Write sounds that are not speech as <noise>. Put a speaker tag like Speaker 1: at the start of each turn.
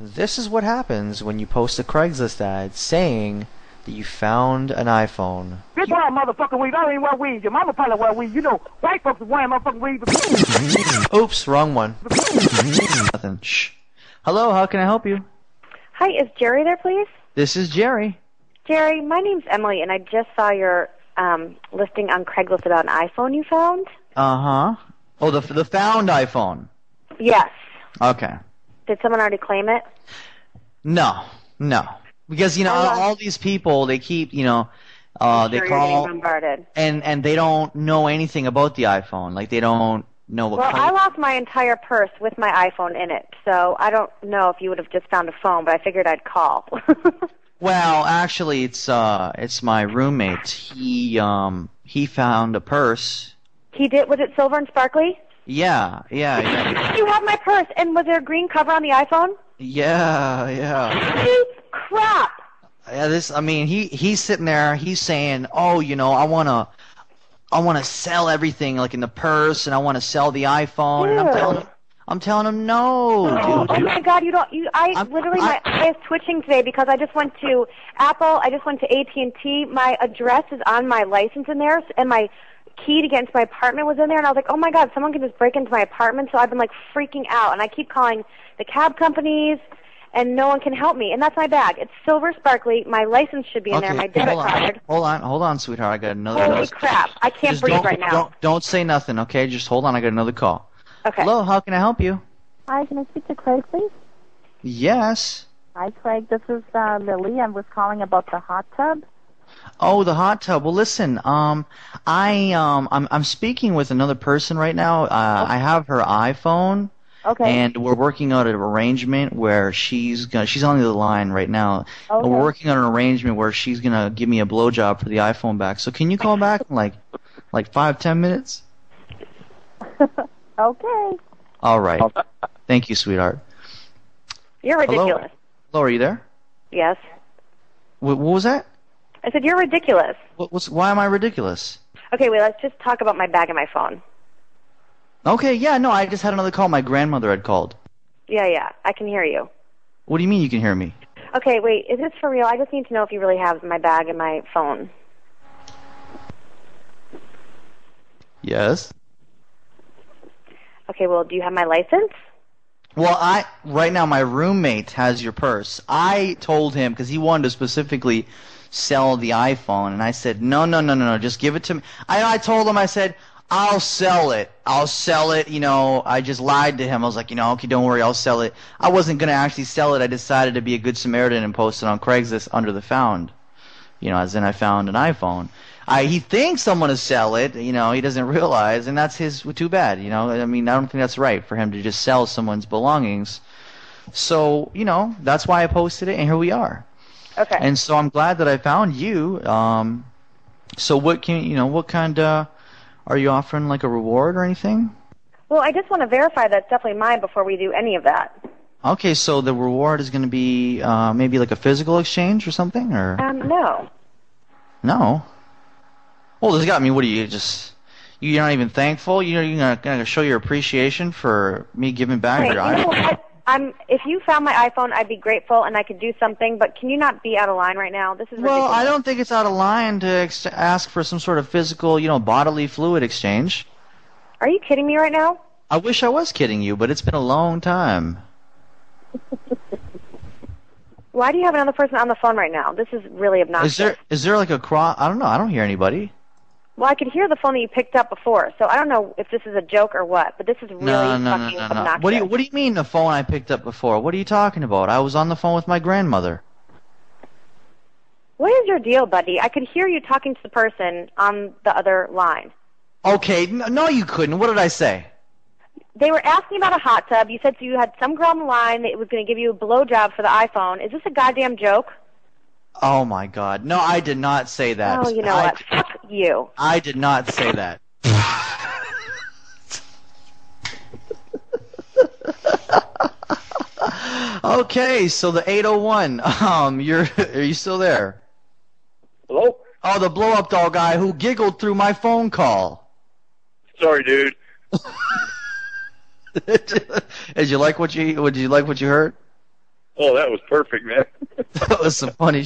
Speaker 1: This is what happens when you post a Craigslist ad saying that you found an iPhone.
Speaker 2: Bitch, wear motherfucking weave. I ain't wear weave. Your mama probably wear weave. You know, white folks is wearing motherfucking weave.
Speaker 1: Oops, wrong one. Nothing. Shh. Hello, how can I help you?
Speaker 3: Hi, is Jerry there, please?
Speaker 1: This is Jerry.
Speaker 3: Jerry, my name's Emily, and I just saw your um, listing on Craigslist about an iPhone you found.
Speaker 1: Uh huh. Oh, the the found iPhone.
Speaker 3: Yes.
Speaker 1: Okay.
Speaker 3: Did someone already claim it?
Speaker 1: No, no, because you know
Speaker 3: Hold on.
Speaker 1: all these people they keep you know uh, they
Speaker 3: Sure, you're getting
Speaker 1: call
Speaker 3: bombarded.
Speaker 1: and and they don't know anything about the iPhone. Like they don't know what
Speaker 3: Well,
Speaker 1: color.
Speaker 3: I lost my entire purse with my iPhone in it, so I don't know if you would have just found a phone, but I figured I'd call. <laughs>
Speaker 1: Well, actually, it's uh, it's my roommate. He um, he found a purse.
Speaker 3: he did. Was it silver and sparkly?
Speaker 1: Yeah, yeah, yeah,
Speaker 3: You have my purse, and was there a green cover on the iPhone?
Speaker 1: yeah, yeah.
Speaker 3: Cheap crap.
Speaker 1: Yeah, This, I mean, he he's sitting there. He's saying, "Oh, you know, I wanna, I wanna sell everything, like in the purse, and I wanna sell the iPhone." And I'm
Speaker 3: Ew.
Speaker 1: telling him, I'm telling him, "No,
Speaker 3: Oh
Speaker 1: dude."
Speaker 3: my God! You don't. You, I
Speaker 1: I'm-
Speaker 3: literally my eye is twitching today because I just went to Apple. I just went to AT and T. My address is on my license in there, and my key to get into my apartment was in there. And I was like, oh my God, someone can just break into my apartment. So I've been like freaking out, and I keep calling the cab companies, and no one can help me. And that's my bag. It's silver sparkly. My license should be in there. My
Speaker 1: Okay,
Speaker 3: debit
Speaker 1: hold
Speaker 3: card.
Speaker 1: on, hold on, hold on, sweetheart. I got another.
Speaker 3: Holy
Speaker 1: notice.
Speaker 3: crap! I can't
Speaker 1: Just
Speaker 3: breathe
Speaker 1: don't,
Speaker 3: right now.
Speaker 1: Don't don't say nothing, okay? Just hold on. I got another call.
Speaker 3: okay.
Speaker 1: Hello, how can I help you?
Speaker 4: Hi, can I speak to Craig, please?
Speaker 1: Yes.
Speaker 4: Hi, Craig. This is uh, Lily. I was calling about the hot tub.
Speaker 1: Oh, the hot tub. Well, listen, um, I um, I'm I'm speaking with another person right now. Uh, I have her iPhone,
Speaker 4: Okay.
Speaker 1: and we're working out an arrangement where she's gonna she's on the line right now. And we're
Speaker 4: Okay.
Speaker 1: working on an arrangement where she's gonna give me a blowjob for the iPhone back. So can you call back in like like five ten minutes?
Speaker 4: okay.
Speaker 1: All right. Thank you, sweetheart.
Speaker 3: You're
Speaker 1: Hello?
Speaker 3: ridiculous.
Speaker 1: Hello, are you there?
Speaker 3: Yes.
Speaker 1: What, what was that?
Speaker 3: I said you're ridiculous.
Speaker 1: What, what's why am I ridiculous?
Speaker 3: Okay, wait. Let's just talk about my bag and my phone.
Speaker 1: Okay, yeah, no, I just had another call. My grandmother had called.
Speaker 3: Yeah, yeah. I can hear you.
Speaker 1: What do you mean you can hear me?
Speaker 3: Okay, wait. Is this for real? I just need to know if you really have my bag and my phone.
Speaker 1: Yes.
Speaker 3: Okay, well, do you have my license?
Speaker 1: Well, I right now my roommate has your purse. I told him because he wanted to specifically sell the iPhone, and I said no, no, no, no, no, just give it to me. I I told him I said I'll sell it, I'll sell it. You know, I just lied to him. I was like, you know, okay, don't worry, I'll sell it. I wasn't gonna actually sell it. I decided to be a good Samaritan and post it on Craigslist under the found. You know, as in I found an iPhone. I, he thinks I'm gonna sell it, you know. He doesn't realize, and that's his. Too bad, you know. I mean, I don't think that's right for him to just sell someone's belongings. So, you know, that's why I posted it, and here we are.
Speaker 3: Okay.
Speaker 1: And so I'm glad that I found you. Um, so what can you know? What kind uh, are you offering, like a reward or anything?
Speaker 3: well, I just want to verify that's definitely mine before we do any of that.
Speaker 1: Okay, so the reward is gonna be uh, maybe like a physical exchange or something, or
Speaker 3: Um, no.
Speaker 1: no? Well, this got me. What are you just? You're not even thankful. You're you're not gonna show your appreciation for me giving back
Speaker 3: Wait, you
Speaker 1: your
Speaker 3: know
Speaker 1: iPhone.
Speaker 3: what? I'm, if you found my iPhone, I'd be grateful and I could do something, but can you not be out of line right now? This is
Speaker 1: Well,
Speaker 3: ridiculous.
Speaker 1: I don't think it's out of line to ex- ask for some sort of physical, you know, bodily fluid exchange.
Speaker 3: Are you kidding me right now?
Speaker 1: I wish I was kidding you, but it's been a long time.
Speaker 3: Why do you have another person on the phone right now? This is really obnoxious.
Speaker 1: Is there is there like a cross? I don't know. I don't hear anybody.
Speaker 3: Well, I could hear the phone that you picked up before, so I don't know if this is a joke or what, but this is really
Speaker 1: no, no, no,
Speaker 3: fucking
Speaker 1: no, no.
Speaker 3: obnoxious.
Speaker 1: What do you What do you mean the phone I picked up before? What are you talking about? I was on the phone with my grandmother.
Speaker 3: What is your deal, buddy? I could hear you talking to the person on the other line.
Speaker 1: Okay, no, no you couldn't. What did I say?
Speaker 3: They were asking about a hot tub. You said you had some girl on the line that was going to give you a blowjob for the iPhone. Is this a goddamn joke?
Speaker 1: Oh my God! No, I did not say that.
Speaker 3: Oh, you know
Speaker 1: I,
Speaker 3: what? Fuck you.
Speaker 1: I did not say that. okay, so the 801. Um, you're are you still there?
Speaker 5: Hello?
Speaker 1: Oh, the blow up doll guy who giggled through my phone call. <laughs>
Speaker 5: Sorry, dude.
Speaker 1: Did you like what you? Would you like what you heard? <laughs>
Speaker 6: Oh, that was perfect, man. <laughs>
Speaker 5: That was some funny